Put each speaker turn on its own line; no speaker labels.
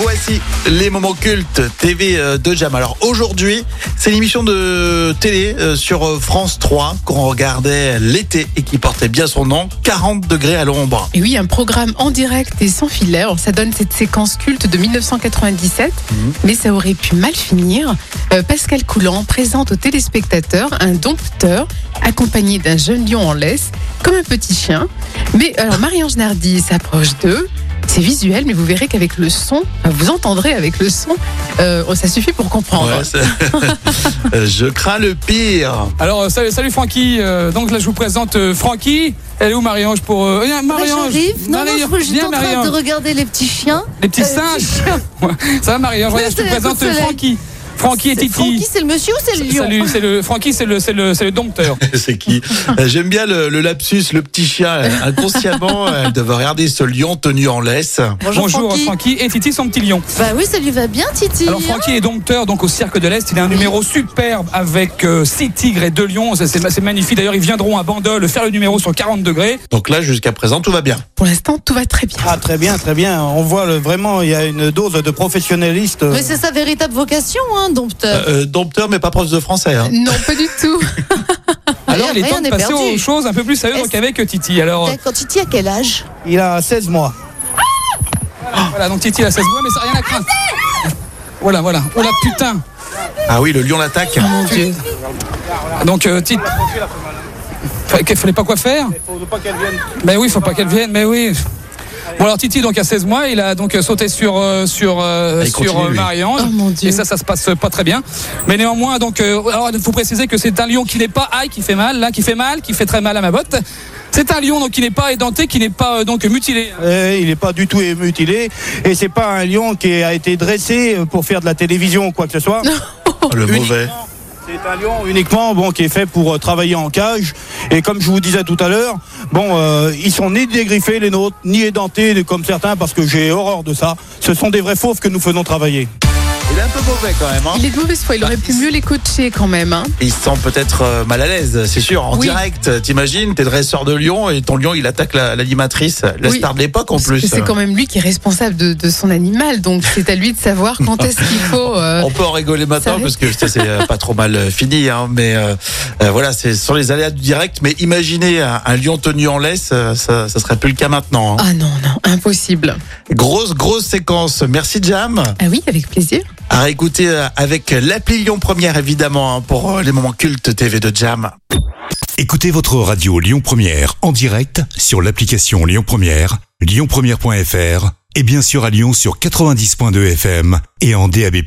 Voici les moments cultes TV euh, de Jam. Alors aujourd'hui, c'est l'émission de télé euh, sur euh, France 3 qu'on regardait l'été et qui portait bien son nom, 40 degrés à l'ombre.
Et oui, un programme en direct et sans filet. Alors, ça donne cette séquence culte de 1997, mais ça aurait pu mal finir. Euh, Pascal Coulant présente aux téléspectateurs un dompteur accompagné d'un jeune lion en laisse, comme un petit chien. Mais alors, Marie-Ange Nardi s'approche d'eux. C'est visuel, mais vous verrez qu'avec le son, enfin, vous entendrez avec le son, euh, ça suffit pour comprendre.
Ouais, c'est- Je crains le pire.
Alors euh, salut, salut Francky. Euh, donc là je vous présente euh, Francky. Elle est où Marie-Ange pour euh, viens,
Ouais,
Marie-Ange
j'arrive. Non, non,
Marie-Ange,
je crois que j'étais
viens,
en train
Marie-Ange.
de regarder les petits chiens.
Les petits
Euh,
singes. Ça va Marie-Ange
Ouais,
Regarde, je
c'est
te
la
présente
coupe
euh,
soleil.
Francky. Francky et
C'est
Oh, Titi.
Francky, c'est le monsieur ou c'est le lion
Salut, c'est le Francky, c'est le c'est le c'est le dompteur.
C'est qui Euh, J'aime bien le, le lapsus, le petit chien. Euh, Inconsciemment, euh, elle devait regarder ce lion tenu en laisse.
Bonjour, Francky.
et Titi son petit lion.
Bah oui, ça lui va bien, Titi. hein.
Alors Francky est dompteur donc au cirque de l'Est, il a un numéro superbe avec euh, six tigres et deux lions, Ça, c'est c'est magnifique. D'ailleurs, ils viendront à Bandol faire le numéro sur 40 degrés.
Donc là, jusqu'à présent, tout va bien.
Pour l'instant, tout va très bien.
Ah très bien, très bien. On voit le, vraiment, il y a une dose de professionnaliste.
euh.
Mais c'est sa véritable vocation, hein, dompteur.
Euh, euh, dompteur, mais pas prof de français. hein.
Non, pas du tout.
Alors, il est
rien
temps de
n'est
passer
perdu.
aux choses un peu plus sérieuses
Est-ce-
donc, avec Titi. Alors,
Quand Titi a quel âge
Il a 16 mois.
Voilà, donc Titi a 16 mois, mais ça n'a rien à craindre. Voilà, voilà. Oh la putain
Ah oui, le lion l'attaque.
Donc, euh, Titi. Fa- qu'il Fallait pas quoi faire Ben oui, faut pas qu'elle vienne, mais oui. Bon, alors Titi, donc à 16 mois, il a donc euh, sauté sur, euh, sur, euh,
Ah, il
sur
continue,
euh,
lui.
Marie-Ange.
Oh, mon Dieu.
Et ça, ça se passe pas très bien. Mais néanmoins, donc, euh, alors, il faut préciser que c'est un lion qui n'est pas aïe, qui fait mal, là, qui fait mal, qui fait très mal à ma botte. C'est un lion donc qui n'est pas édenté, qui n'est pas euh, donc mutilé.
Eh, il n'est pas du tout mutilé et c'est pas un lion qui a été dressé pour faire de la télévision ou quoi que ce soit.
Oh, Le mauvais.
C'est un lion uniquement bon qui est fait pour euh, travailler en cage et comme je vous disais tout à l'heure, bon euh, ils sont ni dégriffés les nôtres ni édentés comme certains parce que j'ai horreur de ça. Ce sont des vrais fauves que nous faisons travailler.
Il est un peu mauvais quand même. Hein
Il est de mauvaise foi, il aurait pu mieux les coacher quand même. hein.
Il se sent peut-être euh, mal à l'aise, c'est sûr. En
Oui.
direct, euh, t'imagines, t'es dresseur de lion et ton lion, il attaque la- l'animatrice, la,
Oui.
star de l'époque en
Parce
plus. hein.
que C'est quand même lui qui est responsable de, de son animal, donc c'est à lui de savoir quand est-ce qu'il faut. euh,
On peut en rigoler maintenant
Ça
parce que ça c'est euh, pas trop mal euh, fini, hein, mais euh, euh, voilà, c'est sur les aléas du direct. Mais imaginez un, un lion tenu en laisse, euh, ça, ça serait plus le cas maintenant. hein.
Ah non, non, impossible.
Grosse, grosse séquence. Merci Jam.
Ah oui, avec plaisir.
À réécouter euh, avec l'appli Lyon Première évidemment hein, pour euh, les moments cultes TV de Jam.
Écoutez votre radio Lyon Première en direct sur l'application Lyon Première, lyonpremière.fr et bien sûr à Lyon sur 90.2 FM et en DAB+.